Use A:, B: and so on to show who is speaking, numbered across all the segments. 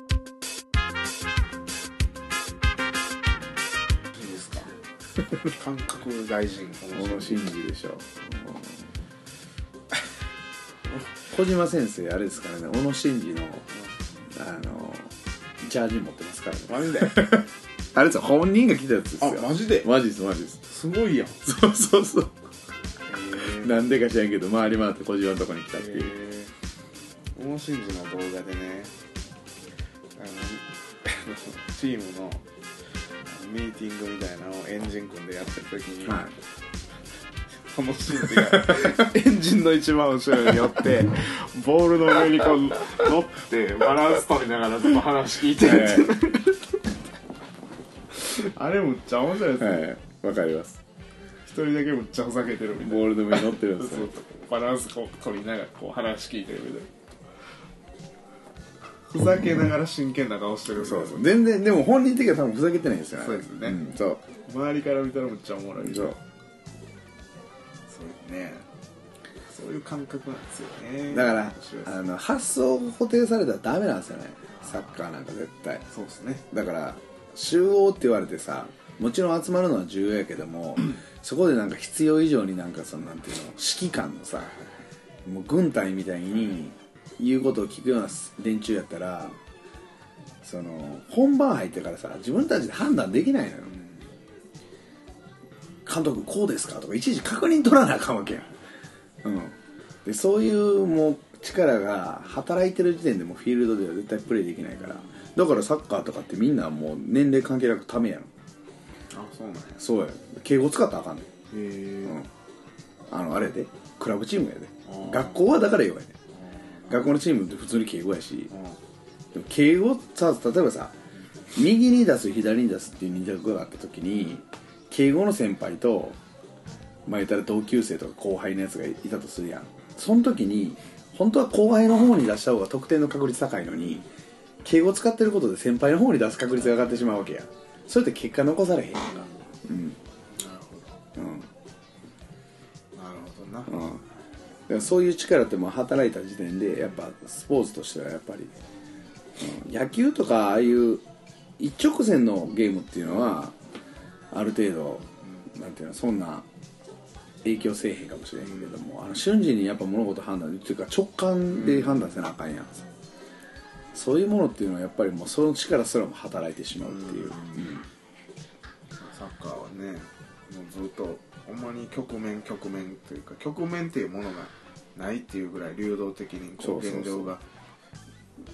A: 感覚大事
B: 小野伸二でしょ、小島先生あれですからね小野伸二のあのジャージ持ってますからね
A: マジで
B: あれですよ本人が来たやつです
A: あ
B: よ
A: マジで
B: マジですマジです
A: すごいやんへ
B: そうそうそう
A: え
B: なんでか知らんけど回り回って小島のとこに来たっていう、
A: えー、面白いの動画でねあの チームのミーティングみたいなのをエンジン組んでやってる時に、
B: はい
A: 楽しいって いうエンジンの一番後ろに寄ってボールの上にこう乗ってバランス取りながらでも話聞いてるっ ていう、あれむっちゃ面白いですね
B: はいわかります
A: 一人だけむっちゃふざけてるみたいな
B: ボールの上に乗ってるんです
A: そう
B: よ
A: バランスこう取りながらこう話聞いてるみたいなふざけながら真剣な顔してるみたい
B: そ
A: な
B: うそう全然でも本人的には多分ふざけてないんですよね
A: そうですね
B: んそう
A: 周りから見たらむっちゃおもろい
B: そ
A: そ
B: う
A: うねそういう感覚なんですよね
B: だから
A: 面白いです
B: あの発想を固定されたらダメなんですよねサッカーなんか絶対
A: そうですね
B: だから集合って言われてさもちろん集まるのは重要やけどもそこでなんか必要以上になんかそのなんていうの指揮官のさもう軍隊みたいに言うことを聞くような連中やったらその本番入ってからさ自分たちで判断できないのよ、監督こうですかとかいちいち確認取らなあかんわけやんうん、でそういうもう力が働いてる時点でもうフィールドでは絶対プレーできないからだからサッカーとかってみんなもう年齢関係なくためやん
A: あそうなんやへ
B: そうや敬語使ったらあかんね
A: え、
B: ん、うん、あのあれやでクラブチームやで
A: あー
B: 学校はだから弱いね学校のチームって普通に敬語やしでも敬語さ例えばさ右に出す左に出すっていう二択があった時に敬語の先輩とまあ言ったら同級生とか後輩のやつがいたとするやんその時に本当は後輩の方に出した方が得点の確率高いのに敬語使ってることで先輩の方に出す確率が上がってしまうわけやそれって結果残されへんやんかうん
A: なるほ
B: うん
A: どなるほどな、
B: うんだからそういう力ってもう働いた時点でやっぱスポーツとしてはやっぱり、うん野球とかああいう一直線のゲームっていうのはある程度、なんていうのそんな影響せえへんかもしれへんけども、あの瞬時にやっぱ物事判断っていうか直感で判断せなあかんやん、そういうものっていうのはやっぱりもうその力すらも働いてしまうっていう、
A: サッカーはねもうずっとほんまに局面局面というか局面っていうものがないっていうぐらい流動的にこう
B: そうそう
A: 現
B: そう
A: 状が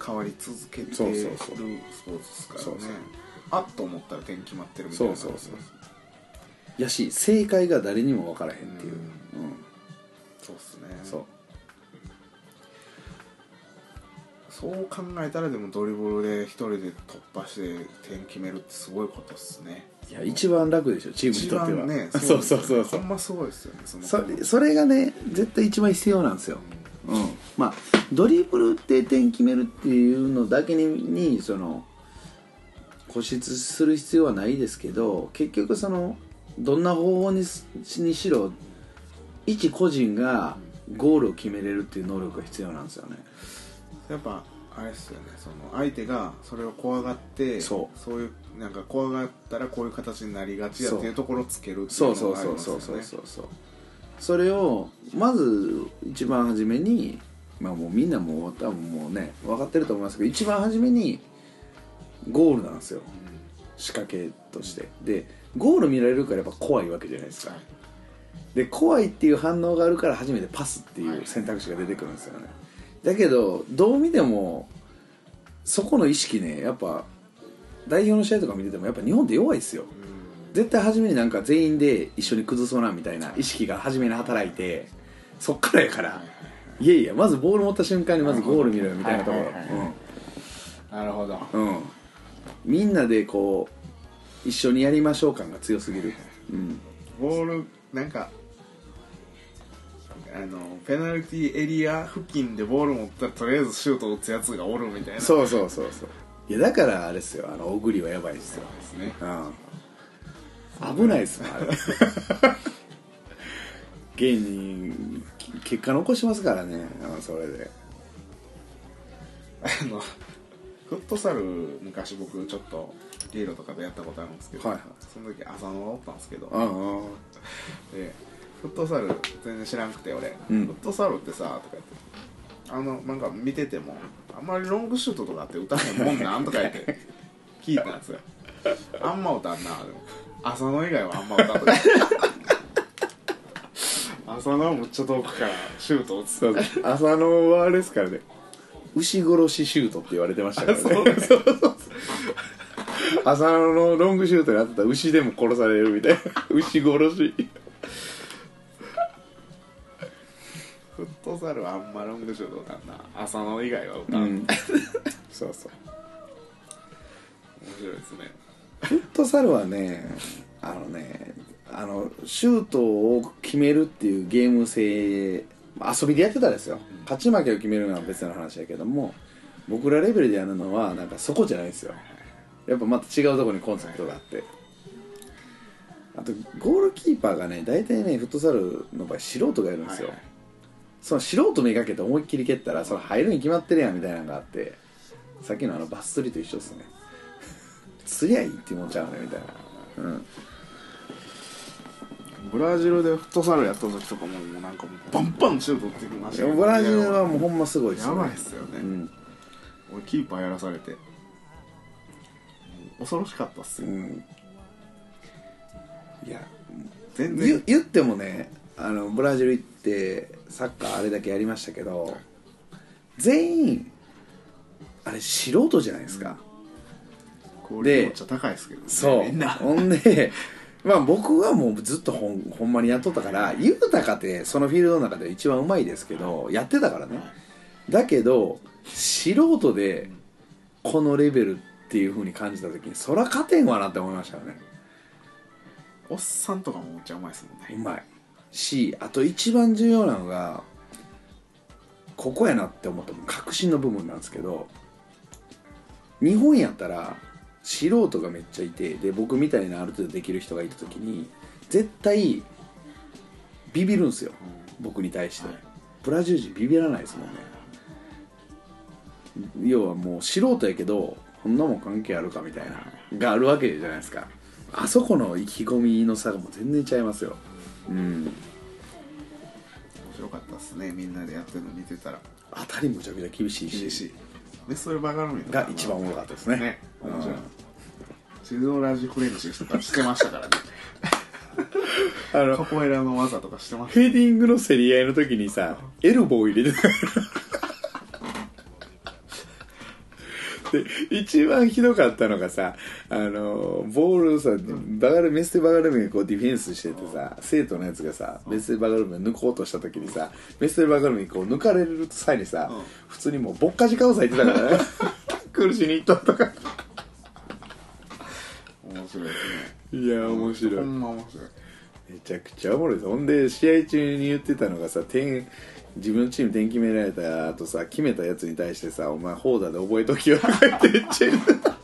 A: 変わり続けてるスポ
B: そうそう
A: ー
B: そう
A: ツですからね
B: そうそう
A: あっと思ったら点決まってるみたいな
B: そうそうそうやし正解が誰にも分からへんっていう、うん
A: そうっすね
B: そう
A: そう考えたらでもドリブルで一人で突破して点決めるってすごいことっすね
B: いや一番楽でしょチームに
A: 一
B: とっては
A: 番 ね
B: そうそうそうそう
A: ほんますごいですよねその
B: それそれがね絶対一番必要なんですよ、うんまあドリブルで点決めるっていうのだけににその固執する必要はないですけど結局そのどんな方法にすにしろ一個人がゴールを決めれるっていう能力が必要なんですよね
A: やっぱあれっすよねその相手がそれを怖がって
B: そう
A: いうなんか怖がったらこういう形になりがちやって
B: そ
A: いううところをつけるってい
B: そう
A: う
B: そ
A: の
B: う
A: があ
B: そ
A: り
B: う
A: ますよ
B: そう
A: ね
B: そうそうそうそれをまず一番初めにまあもうみんなもう多分もうね分かってると思いますけど一番初めにゴールなんですよ仕掛けとしてでゴール見られるからやっぱ怖いわけじゃないですかで怖いっていう反応があるから初めてパスっていう選択肢が出てくるんですよねだけどどう見てもそこの意識ねやっぱ代表の試合とか見ててもやっぱ日本って弱いですよ、絶対初めになんか全員で一緒に崩そうなみたいな意識が初めに働いてそっからやからいやいやまずボール持った瞬間にまずゴール見ろよみたいなところ
A: はいはいはいなるほど
B: うんうんみんなでこう一緒にやりましょう感が強すぎるうん
A: ボールなんかあのペナルティーエリア付近でボール持ったらとりあえずシュート打つやつがおるみたいな
B: そうそうそうそういやだからあれですよあの小栗はやばいですよ
A: ですね
B: うん危ないですもん あれ芸人き結果残しますからねうんそれで
A: あのフッットサル昔僕ちょっとリーロとかでやったことあるんですけど、
B: はいはい
A: その時浅野がおったんですけど、
B: ああ
A: でフットサル全然知らんくて俺、
B: うん
A: フットサルってさとか言ってあのなんか見ててもあんまりロングシュートとかって打たへんもんなんとか言 って聞いたんですよあんま打たんなでも浅野以外はあんま打たんとか 浅野はむっちゃ遠くからシュート打つ
B: そうです浅野はあれですからね牛殺しシュートって言われてましたからね
A: そう
B: 浅野のロングシュートに当てたら牛でも殺されるみたいな牛殺し
A: フットサルはあんまロングシュート打たんな浅野以外は打た、
B: うんんそうそう
A: 面白いですね
B: フットサルはねあのねあのシュートを決めるっていうゲーム性まあ遊びでやってたんですよ勝ち負けを決めるのは別の話やけども僕らレベルでやるのはなんかそこじゃないんですよやっぱまた違うところにコンセプトがあってあとゴールキーパーがね大体ねフットサルの場合素人がいるんですよ、
A: はいはい
B: その素人めがけて思いっきり蹴ったらそれ入るに決まってるやんみたいなのがあってさっきのあのバス釣りと一緒ですね釣りゃいいって思っちゃうねみたいなうん
A: ブラジルでフットサルやった時とかももうなんかもうバンバンシュート打ってきました
B: ブラジルはもうほんますごいです
A: やばいっすよね、
B: うん、
A: 俺キーパーやらされて恐ろしかったっす
B: う
A: よ、
B: ん、いや
A: 全
B: 言
A: 然
B: 言ってもねあのブラジル行ってサッカーあれだけやりましたけど全員あれ素人じゃないですか、
A: これめっちゃ高いっすけど、ね、
B: そう
A: みんな
B: ほんでまあ僕はもうずっとほんほんまにやっとったから雄太かてそのフィールドの中で一番うまいですけどやってたからねだけど素人でこのレベルっていう風に感じた時にそら勝てんわなって思いましたよね
A: おっさんとかもめっちゃうまいっすもんね
B: うまいしあと一番重要なのがここやなって思った確信の部分なんですけど日本やったら素人がめっちゃいてで僕みたいなある程度できる人がいた時に絶対ビビるんですよ僕に対して、
A: はい
B: ブラジル人ビビらないですもんね要はもう素人やけどこんなもん関係あるかみたいながあるわけじゃないですかあそこの意気込みの差がもう全然違いますようん
A: 面白かったっすねみんなでやってるの見てたら
B: 当たりむちゃくちゃ厳しいし
A: 厳しいメストルバガロミとか
B: が一番おもろかったですね
A: ね
B: うん
A: 面白いシドラジフレンチとかしてましたからね
B: あの
A: カポエラの技とかしてました
B: ヘディングの競り合いの時にさエルボー入れてたで一番ひどかったのがさあのボールをさバガルメステバガルメがこうディフェンスしててさ生徒のやつがさメステバガルメを抜こうとした時にさメステバガルメにこう抜かれる際にさ、
A: うん
B: 普通にもうぼっかじ顔されてたからね 苦しに行ったとか
A: 面白いですね
B: いや面白
A: ほ
B: い
A: んま面白い
B: めちゃくちゃおもろいですほんで試合中に言ってたのがさ点自分のチーム点決められた後さ決めたやつに対してさ「お前ホーダーで覚えときよ」とか言ってめっちゃ言ってた
A: 面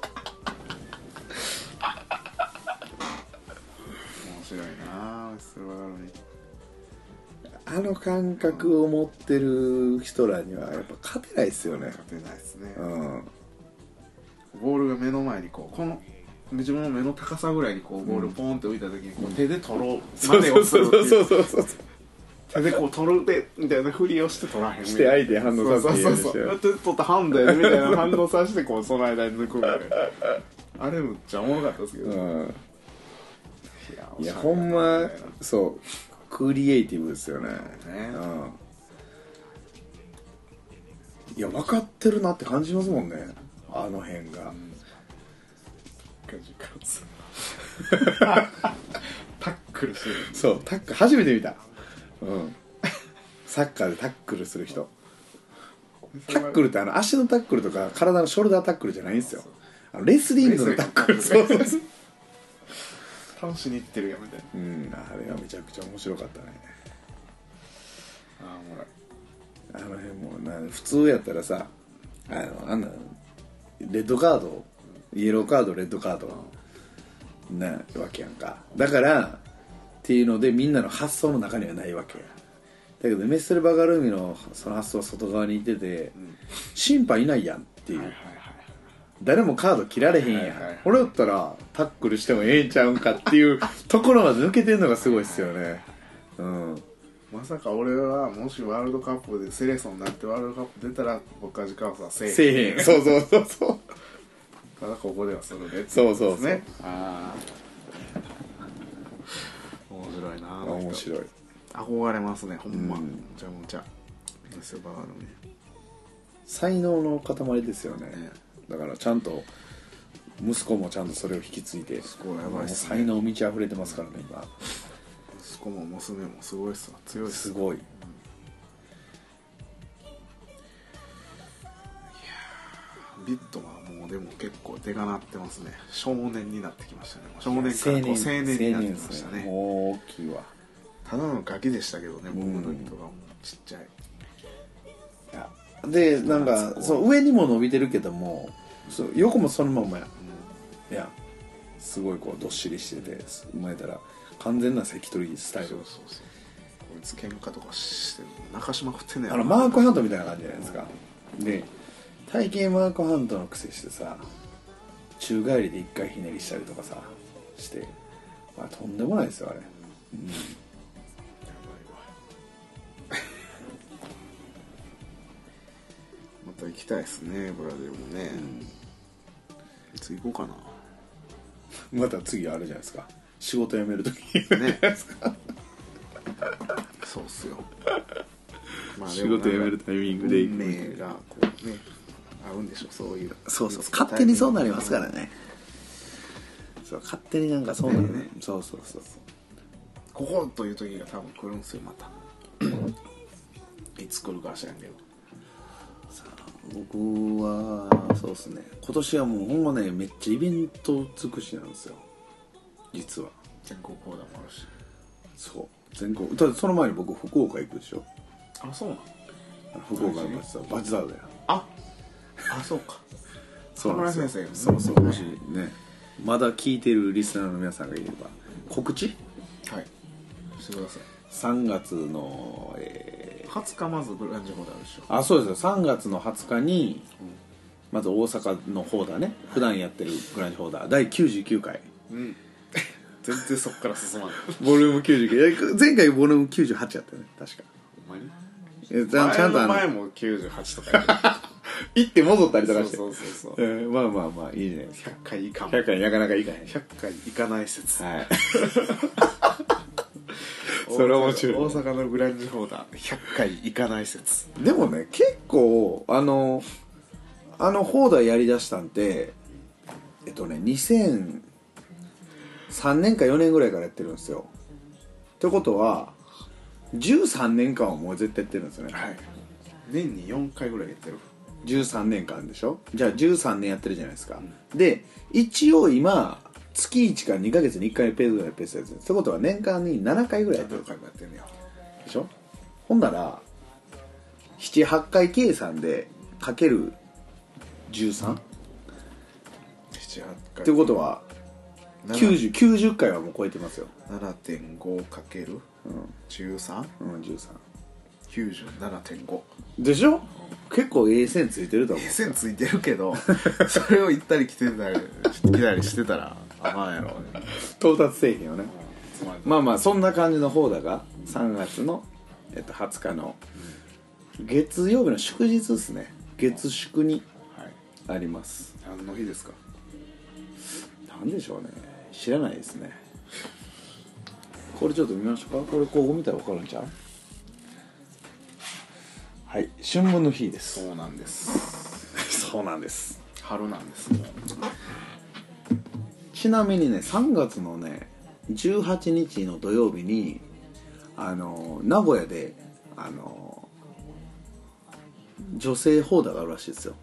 A: 白いなぁそれはなのに
B: あの感覚を持ってる人らにはやっぱ勝てないっすよね
A: 勝てないですね
B: うん
A: ボールが目の前にこうこの自分の目の高さぐらいにこうボールポーンって浮いた時にこう手で取ろうまでをするっていう
B: そうそう
A: 手でこう取るでみたいなふりをして取らへん
B: して相手に反応させて
A: そうそうそうそう
B: や
A: や
B: る
A: っ
B: して
A: 取った反対みたいな反応させてこうその間に抜くみたいなあれむっちゃおもろかったですけど、い
B: うん
A: や
B: いやほ んまそうクリエイティブですよね
A: ね
B: うんいや分かってるなって感じますもんねあの辺が、
A: タックルしてる
B: そうタック初めて見たうんサッカーでタックルする人タックルってあの足のタックルとか体のショルダータックルじゃないんですよあのレスリングのタックル
A: レス
B: そ
A: リ
B: う
A: ングのタックル
B: そうそう
A: 倒しにいってるやんみたいな
B: うんあれはめちゃくちゃ面白かったね
A: あーおもろい
B: あの辺もな普通やったらさあのあんなレッドカードイエローカードレッドカードなわけやんかだからっていうのでみんなの発想の中にはないわけやだけどメッセルバガルーミのその発想は外側にいてて、審判いないやんっていう、
A: はいはいはい
B: 誰もカード切られへんやん、
A: はいはいはい
B: 俺だったらタックルしてもええんちゃうんかっ ていうところまで抜けてんのがすごいっすよねうん
A: まさか俺はもしワールドカップでセレソンになってワールドカップ出たら僕は時間はせ
B: せ
A: え
B: えへんそうそうそうそう
A: ただここではするで
B: そうそうそう
A: ねああ面白いなあの人
B: 面白い
A: 憧れますねほんま、
B: う
A: うんむちゃむちゃエスバーのね
B: 才能の塊ですよね
A: ね
B: だからちゃんと息子もちゃんとそれを引き継いで
A: 息子はやばいっすね
B: もう才能満ち溢れてますからね今
A: 息子も娘もすごいっすわ強いっす
B: すごい
A: ビットはもうでも結構でかなってますね少年になってきましたね少年からこう青年になってきました
B: 青年です
A: ね
B: もう大きいわ
A: ただのガキでしたけどね僕の時とかもちっちゃい、
B: でなんかそう上にも伸びてるけどもそう横もそのままやいやすごいこうどっしりしてて生まれたら完全な関取スタイ
A: そう
B: ル
A: そうそうこいつ喧嘩とかして泣かしまくってんねや
B: あのマークハントみたいな感じじゃないですかで体型マークハントの癖してさ宙返りで一回ひねりしたりとかさして、まあ、とんでもないですよあれ
A: やばいわ また行きたいですねブラジルもね、いつ行こうか
B: また次あるじゃないですか仕事辞める時
A: なねそうっすよまあでもなんか
B: タイミン
A: 運命がこうね合うんでしょそういう
B: そうそう勝手にそうなりますからねそう勝手になんかそうなるね
A: ね
B: そうそうそう
A: ここという時が多分来るんすよま たいつ来るかは知らんけど
B: さあ僕はそうですね今年はもうほんまねめっちゃイベント尽くしなんですよ実は
A: 全国講談もあるし
B: そう全国ただその前に僕福岡行くでしょ
A: あそうなの
B: あの福岡のバチザバチザードや
A: ああそうか
B: そうなんですよ
A: 田
B: そ
A: 村先生
B: うそうもしねまだ聞いてるリスナーの皆さんがいれば告知
A: はいしてください
B: 3月の、えー
A: 20日まずグランジホールあるでしょ
B: あそうですよ3月の20日にまず大阪の方だね普段やってるグランジホーダー第99回
A: うん全然そっから進まない
B: ボリューム99前回ボリューム98やったよね確か
A: ほんまに
B: えちゃんちゃ
A: 前
B: んと
A: の
B: あの
A: 前も98とか
B: 行って戻ったりと
A: そ
B: か
A: う
B: して
A: そうそうそう
B: えーまあまあまあいいじゃないですか
A: 100回いかん
B: 100回なかなかいかへん
A: 100回行かない説
B: はいそれは面白い
A: 大阪のグランジホーダー100回行かない説
B: でもね結構あのあの放題やりだしたんてえっとね2003年か4年ぐらいからやってるんですよってことは13年間はもう絶対やってるんですよね
A: はい年に4回ぐらいやってる
B: 13年間でしょじゃあ13年やってるじゃないですか、で一応今月1から2ヶ月に1回ペースぐらいペースやってるってことは年間に7回ぐらいや
A: やっ
B: ってて
A: る回
B: る
A: もやってんねや
B: でしょほんなら78回計算でかける 13?
A: 78
B: っ
A: 回
B: てことは90 90回はもう超えてますよ、
A: 7.5かける13
B: うん、13
A: 97.5
B: でしょ結構ええ線ついてると思う
A: 線ついてるけど それを行ったり来てたり来たりしてたらあかんやろ
B: 到達製品をね
A: つまり
B: まあまあそんな感じの方だが3月の、えっと、20日の月曜日の祝日ですね月祝に
A: はい
B: あります
A: 何の日ですか
B: なんでしょうね知らないですねこれちょっと見ましょうかこれこう見たら分かるんちゃうはい春分の日です
A: そうなんです
B: そうなんです
A: 春なんです
B: ちなみにね3月のね18日の土曜日にあの名古屋であの女性ホーダーがあるらしいですよ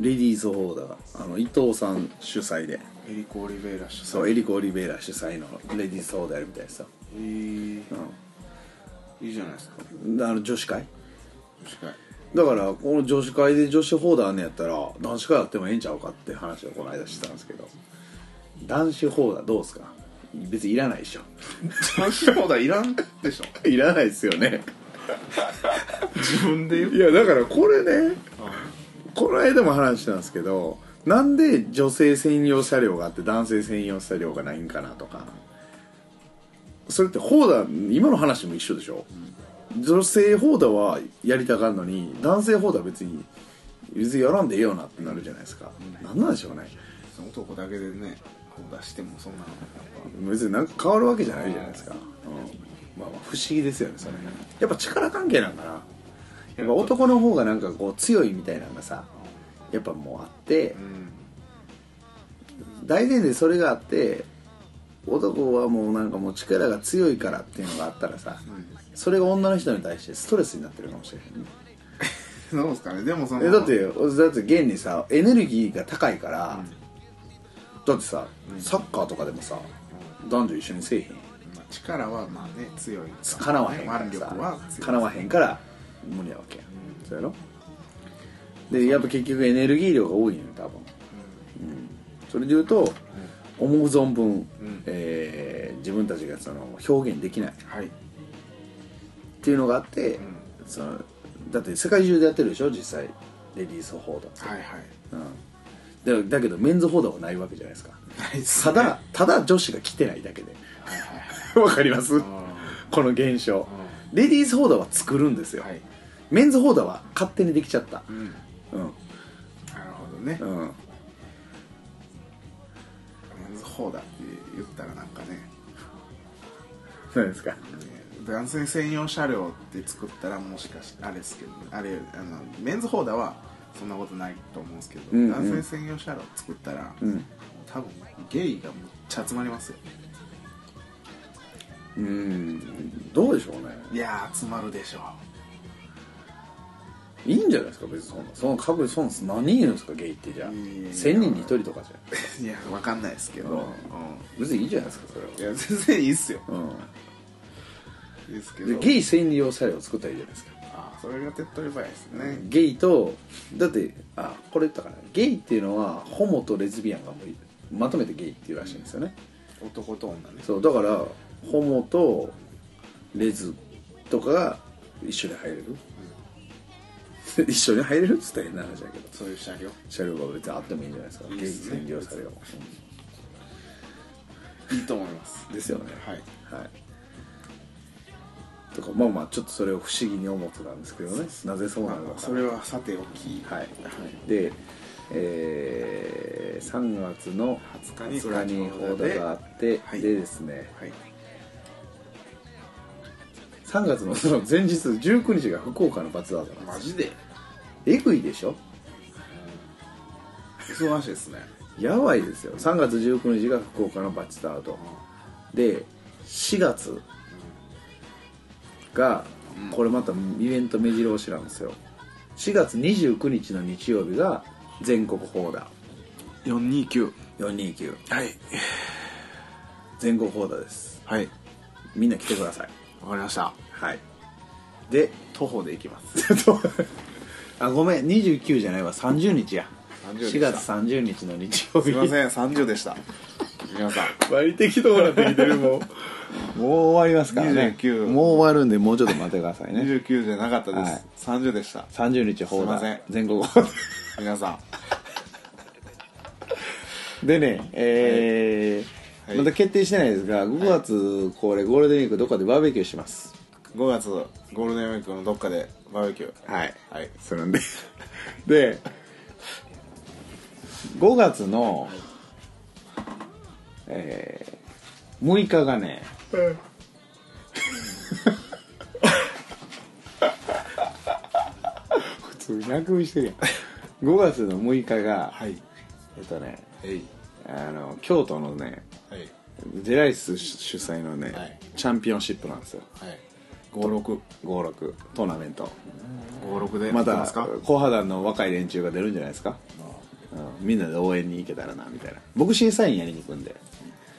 B: レディースホーダーがあの伊藤さん主催で
A: エリコ・オリベイラ主催
B: そうエリコ・オリベイラ主催のレディースホーダーやるみたいですよ
A: えーいいじゃないですか
B: あの女子会
A: 女子会
B: だからこの女子会で女子ホーダーあんねやったら男子会やってもええんちゃうかって話をこの間してたんですけど男子ホーダーどうですか別にいらないでしょ
A: 男子放題いらんでしょ
B: いらないですよね
A: 自分で言う
B: いやだからこれねこの間も話したんですけどなんで女性専用車両があって男性専用車両がないんかなとかそれってホーダ今の話も一緒でしょ、女性ホーダはやりたがるのに男性ホーダは別に別にやらんでええよなってなるじゃないですか、なん、なんでしょうね
A: その男だけでねこう出してもそんなのやっ
B: 別になんか変わるわけじゃないじゃないですか、うんまあ、まあ不思議ですよねそれねやっぱ力関係なんかなやっぱ男の方がなんかこう強いみたいなのがさやっぱもうあって、
A: ぱうん
B: 大前提それがあって男はもうなんかもう力が強いからっていうのがあったらさ、それが女の人に対してストレスになってるかもしれないね
A: そうですかねでもその
B: えだってだって現にさエネルギーが高いから、だってさサッカーとかでもさ男女一緒にせえへん
A: まあ力はまあね強い
B: かなわへんから
A: 腕力は
B: さ
A: 強い
B: かなわへんから無理やわけや、そうやろでやっぱ結局エネルギー量が多いんよ多分、うんそれで言うと、思う存分、
A: ん
B: えー自分たちがその表現できないっ
A: はい
B: ていうのがあって、そのだって世界中でやってるでしょ実際レディース報道、
A: はいはい
B: うん、だだけどメンズ報道はないわけじゃないですか
A: ないっす
B: た
A: ね
B: だただ女子が来てないだけでわかりますこの現象レディースホーダーは作るんですよ、
A: はい
B: メンズホーダーは勝手にできちゃった
A: うんな
B: うん
A: るほどね
B: うん
A: メンズホーダーって言ったらなんかね
B: 何ですか
A: 男性専用車両って作ったらもしかしてあれですけどあれあのメンズホーダーはそんなことないと思うんですけど、
B: うんうん
A: 男性専用車両作ったら、
B: ん
A: 多分ゲイがむっちゃ集まりますよ
B: うんどうでしょうね
A: いやー集まるでしょ
B: いいんじゃないですか別にそんなその株そんな何人いるんですかゲイってじゃあ
A: いやいやいや
B: 1000人に1人とかじゃ
A: う いやわかんないですけど、
B: うん
A: う
B: 別にいいじゃないですかそれは
A: ん、いや全然いいっすよ
B: う
A: いいっすけ
B: ん
A: ど
B: でゲイ専用車両を作ったらいいじゃないですか、
A: あーそれが手っ取り早いですね、
B: ゲイとだってあこれ言ったかなゲイっていうのはホモとレズビアンがもうまとめてゲイっていうらしいんですよね、
A: 男と女ね
B: そうだからホモとレズとかが一緒に入れる 一緒に入れるっつったら変な話だけど
A: そういう車両
B: 車両が別にあってもいいんじゃないですか
A: いい
B: 現
A: っす
B: 実
A: ね
B: 占領車両
A: いいと思います
B: ですよね
A: はい
B: はいとかまあまあちょっとそれを不思議に思ってたんですけどねなぜそうなの
A: まあ
B: か
A: それはさておき、
B: はい、でえー3月の
A: 20日に
B: 20日に報道があって、
A: はい
B: でですね
A: はい、
B: 3月のその前日19日が福岡の罰ワードなんです
A: マジで
B: えぐいでしょ
A: 忙しいですね
B: やばいですよ3月19日が福岡のバチタートで4月がこれまたイベント目白押しなんですよ4月29日の日曜日が全国ホーダ
A: 429
B: ー429
A: はい
B: 全国ホーダーです
A: はい
B: みんな来てください
A: わかりました
B: はいで
A: 徒歩で行きます
B: あごめん29じゃないわ30日や
A: 30でし
B: 4
A: た
B: 月30日の日曜日
A: すいません30でした皆さん
B: 割り適当なってきて るもうもう終わりますからね
A: 29
B: もう終わるんでもうちょっと待ってくださいね
A: 29じゃなかったです、
B: はい
A: 30でした
B: 30日放
A: すいません
B: 題全国放題
A: 皆さん
B: でねえー
A: はい
B: まだ決定してないですが5月これゴールデンウィークどっかでバーベキューします
A: 5月ゴールデンウィークのどっかでバーベキュー
B: はい
A: はい
B: するんで で5月の、えー、6日がね、普通に楽見してるやん5月の6日が、
A: はい
B: えっとね
A: えい
B: あの京都のね
A: はい
B: ジェライス主催のね、
A: はい
B: チャンピオンシップなんですよ
A: はい5656
B: 56トーナメント
A: でや
B: ま
A: って
B: た
A: すか
B: 後破団の若い連中が出るんじゃないですか、うん、みんなで応援に行けたらなみたいな僕審査員やりに行くんで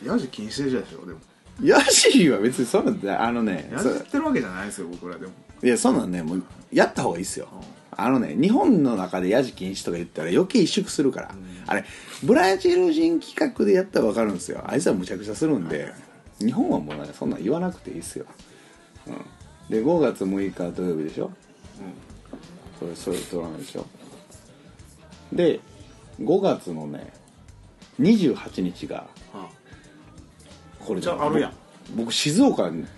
A: ヤジ禁止でしょでも
B: ヤシは別にそんなんあのね
A: ヤ
B: そ
A: ジってるわけじゃないですよ僕らでも
B: いやそんなんねもうやった方がいいっすよあのね日本の中でヤジ禁止とか言ったら余計萎縮するから、あれブラジル人企画でやったら分かるんですよあいつはむちゃくちゃするんで、日本はもうねそんなん言わなくていいっすよ、うん、で5月6日土曜日でしょ、それそれ取らないでしょで5月のね28日が
A: あ
B: これ
A: じゃああるやん
B: 僕静岡に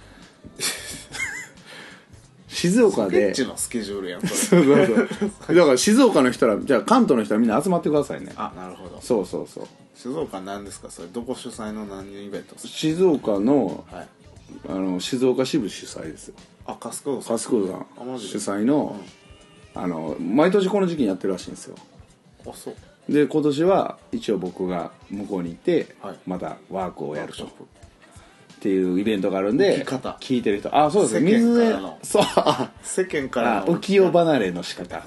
B: 静岡
A: ケ
B: で
A: ッチのスケジュールやんそ
B: そ
A: れ
B: うそうそう だから静岡の人らじゃあ関東の人はみんな集まってください ね
A: あなるほど
B: そうそうそう
A: 静岡なんですかそれどこ主催の何イベントです
B: 静岡の
A: かはい
B: あの静岡支部主催ですよ
A: あカスコさ
B: 春日さ
A: あ
B: ん
A: マジ
B: 主
A: で
B: 催の,、あの毎年この時期にやってるらしいんですよ
A: んあそう
B: で今年は一応僕が向こうに行って、
A: はい
B: またワークをやる
A: ショ
B: と
A: ッ
B: っ
A: プ
B: ていうイベントがあるんで
A: 浮き方
B: 聞いてる人あそうです
A: 世間
B: ね水
A: か
B: で
A: らの
B: そうあ
A: 世間から
B: あ
A: の
B: 浮世離れの仕方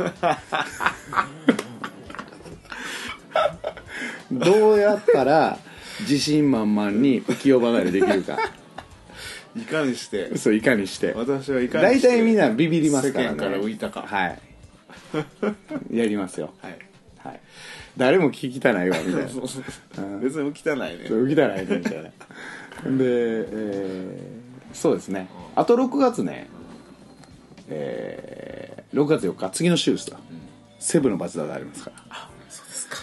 B: どうやったら自信満々に浮世離れできるか
A: いかに して
B: そういかにして
A: 私はいかに
B: 大
A: して
B: 体みんなビビりますからね
A: 世間から浮いたか
B: はいやりますよ
A: はい
B: はい誰も聞きたないわみたいな
A: そうそう別に浮汚いね
B: 浮きたないねみたいなで、 えーそうですねあと6月ねえー6月4日次の週ですわセブンのバチダがありますからあ
A: そうですか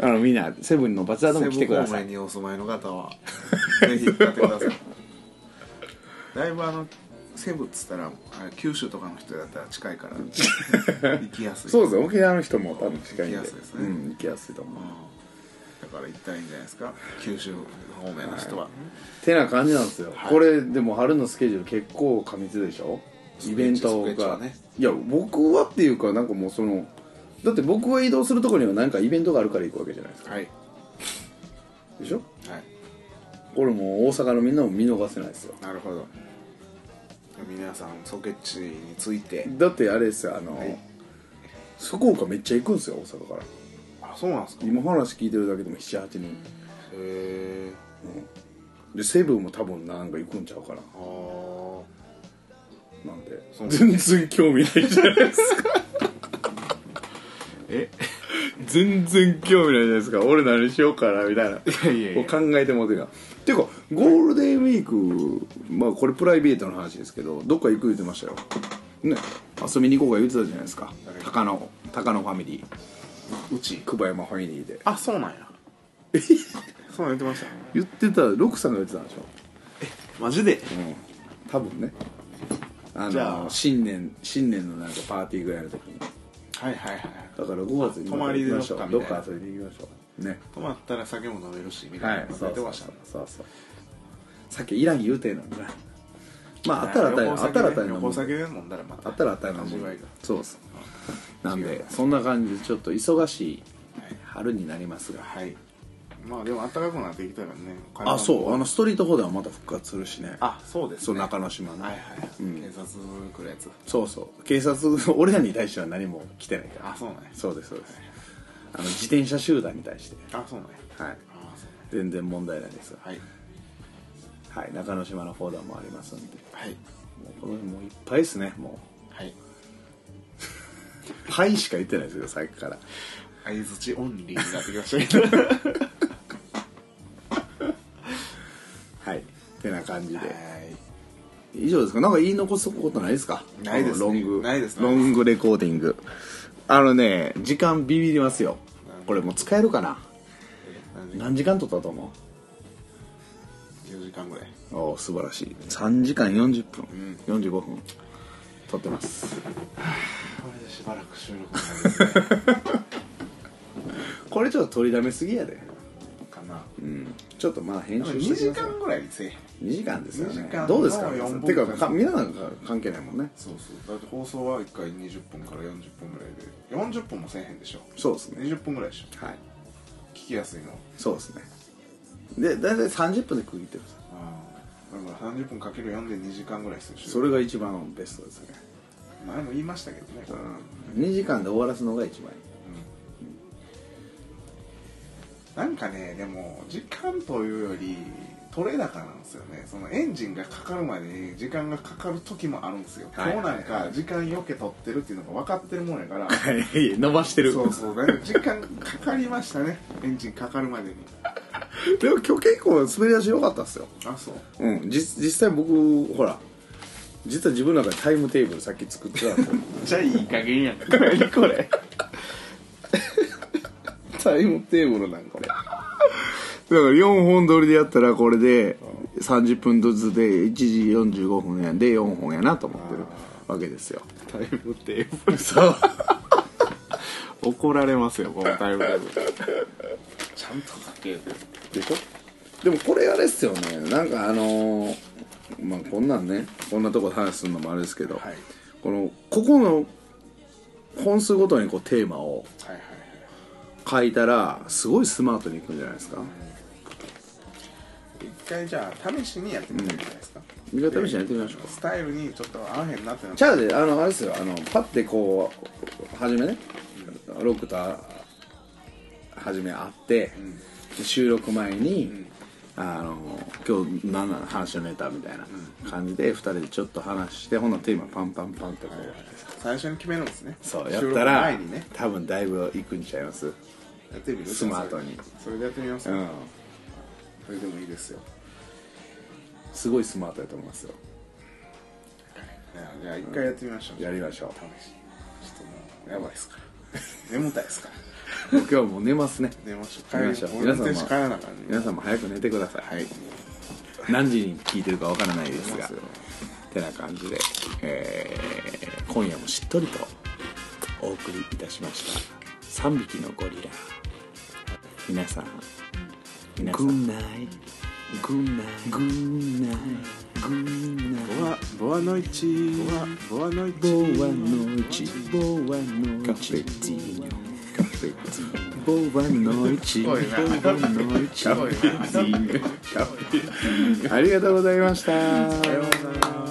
B: あのみんなセブンのバチダでも来てくだ
A: 西部
B: さ
A: 方
B: い
A: 面にお住まいの方はぜひ使ってくださいだいぶあの西部っつったらあれ九州とかの人だったら近い から行きやすい
B: そうです
A: よ
B: よ沖縄の人も多分近いんで
A: 行きやすいですね
B: うん行きやすいと思う
A: だから行ったらいいんじゃないですか九州方面の人は、
B: てな感じなんですよ、
A: はい
B: これでも春のスケジュール結構過密でしょイベント
A: スケッチスケッチ
B: が、
A: はね
B: いや僕はっていうかなんかもうそのだって僕は移動するとこには何かイベントがあるから行くわけじゃないですか
A: はい
B: でしょ
A: はい
B: これもう大阪のみんなも見逃せないですよ
A: なるほど皆さんソケッチについて
B: だってあれですよあの、
A: はい
B: 福岡めっちゃ行くんですよ大阪から
A: あそうなんですかへ
B: 今話聞いてるだけでも78人
A: え
B: でセブンも多分なんか行くんちゃうかな
A: あー
B: なんで
A: そう
B: 全然興味ないじゃないですか
A: え
B: 全然興味ないじゃないですか俺何しようかなみた いない
A: やいやいや
B: を考えてもうてがていうかゴールデンウィークまあこれプライベートの話ですけどどっか行く言ってましたよね遊びに行こうか言ってたじゃないですか
A: 誰
B: 高野高野ファミリ
A: うち
B: ー久保山ファミリーで
A: あそうなんや そうなん言ってました
B: 言ってたロクさんが言ってたんでしょ
A: マジで
B: うん多分ねあ
A: じゃ
B: の
A: あ
B: 新年新年のなんかパーティーぐらいの時にだか
A: はいはいはい
B: ら5月に
A: 泊まりで
B: ど
A: ど
B: っ
A: っ
B: か
A: かみたいな
B: どっか遊びに行きましょうね
A: 泊まったら酒も飲めるしみた
B: はいい
A: なこと
B: そ
A: 言
B: う
A: って
B: そう
A: ましたね
B: そうそうさっきイラン言うてんのになまああったらあった
A: 旅
B: よ
A: 行
B: あっ
A: 先
B: た
A: で
B: らあったよな
A: 旅
B: も
A: 行
B: ん
A: 先で飲んだらまた
B: あったらあったよなもん
A: 味わいが
B: そうっすなんでそんな感じでちょっと忙しい春になりますが
A: はいまあでも暖かくなってきたからね
B: あそうあ
A: の
B: のストリートフォーダーまた復活するしね
A: あそうですね
B: そう中之島の
A: はいはい警察来るやつ
B: そうそう警察 俺らに対しては何も来てないから
A: あそうなんや
B: そうですそうですあの自転車集団に対して
A: あそうなんや
B: はい
A: あそうなんや
B: 全然問題ないです
A: はい
B: はい中之島のフォーダーもありますんで
A: はい
B: もうこの辺もういっぱいですねも
A: はい。
B: う「はい」しか言ってないですよさっきから
A: 相づちオンリーになってきました けど。
B: はいてな感じで
A: はい。
B: 以上ですかなんか言い残すことないですか
A: ないですね
B: このロング
A: ないですね
B: ロングレコーディングあのね時間ビビりますよこれもう使えるかな何時間取ったと思
A: 4時間ぐらい。
B: うおお素晴らしい3時間40分、
A: ん
B: 45分撮ってます
A: これでしばらく収録になりますね
B: これちょっと取りだめすぎやで
A: かな。
B: うんちょっとまあ編集
A: 2
B: して
A: 時
B: きます
A: 間ぐらいにせえへん。
B: 2時間ですよね
A: 二時間
B: どうですか
A: の四本
B: てかか皆なんか関係ないもんね
A: そうそう。だって放送は1回20分から40分ぐらいで。40分もせえへんでしょ。
B: そうですね
A: 20分ぐらいでしょ。
B: はい
A: 聞きやすいの。
B: そうですねで大体30分で区切ってます
A: ああ。だから30分かける4で2時間ぐらいするし。
B: それが一番ベストですね
A: 前も言いましたけどね。
B: うん2時間で終わらすのが一番いい
A: なんかねでも時間というより取れ高なんですよねそのエンジンがかかるまでに時間がかかる時もあるんですよ、
B: はい
A: 今日なんか時間よけ取ってるっていうのが分かってるもんやか ら
B: はい伸ばしてる
A: そうそうだから時間かかりましたねエンジンかかるまでに
B: でも今日結構滑り出し良かったっすよ
A: あそう
B: うん実実際僕ほら実は自分の中でタイムテーブルさっき作ってたんですよ
A: じゃあいい加減やんこれ
C: タイムテーブルなんこれ だから4本撮りでやったらこれで30分ずつで1時45分やんで4本やなと思ってるわけですよ
A: タイムテーブル
C: そう
A: 怒られますよこのタイムテーブルちゃんと書ける
B: でしょでもこれあれっすよねなんかあのーまあこんなんねこんなとこで話するのもあれですけど、
A: はい
B: このここの本数ごとにこうテーマを
A: はいはいはい
B: 書いたらすごいスマートにいくんじゃないですか
A: 一回じゃあ試しにやってみてくださいですか、
B: 見方試しにやってみましょうか
A: スタイルにちょっと合わへんなってなっ
B: チャーであのあれですよあのパッてこう初めねロクター初め会って、収録前に、あの今日何なの話のネタみたいな感じで2人でちょっと話してほんのテーマパンパンパンってこう、
A: 最初に決めるんですね
B: そうやっ
A: 収録
B: たら、
A: 前にね
B: 多分だいぶいくんちゃいます
A: やってみる
B: スマートに
A: それでやってみます
B: うん
A: それでもいいですよ
B: すごいスマートだと思いますよ
A: いやじゃあ一回やってみましょう、
B: やりましょう
A: 試しにちょっともうやばいですから 眠たいですから
B: もう今日はもう寝ますね
A: 寝ましょう帰
B: 寝
A: り
B: ま
A: ま
B: し
A: し
B: ょ
A: ょ
B: う
A: う
B: 皆さん
A: 転
B: も
A: し帰らなあかんね
B: 皆さんも早く寝てください、はい、何時に聞いてるかわからないですがてな感じで、えー今夜もしっとりとお送りいたしました3匹のゴリラ皆さん皆さんグーナイグーナイグーナイグーナイ
A: ボアボアノイチボアボアノイチ
B: ボアノイチボアノイチカフェティーニョカフェティーニョボアノイチボア
A: ごいな
B: ノイチ
A: すごいな
B: ありがとうございました。
A: さようなら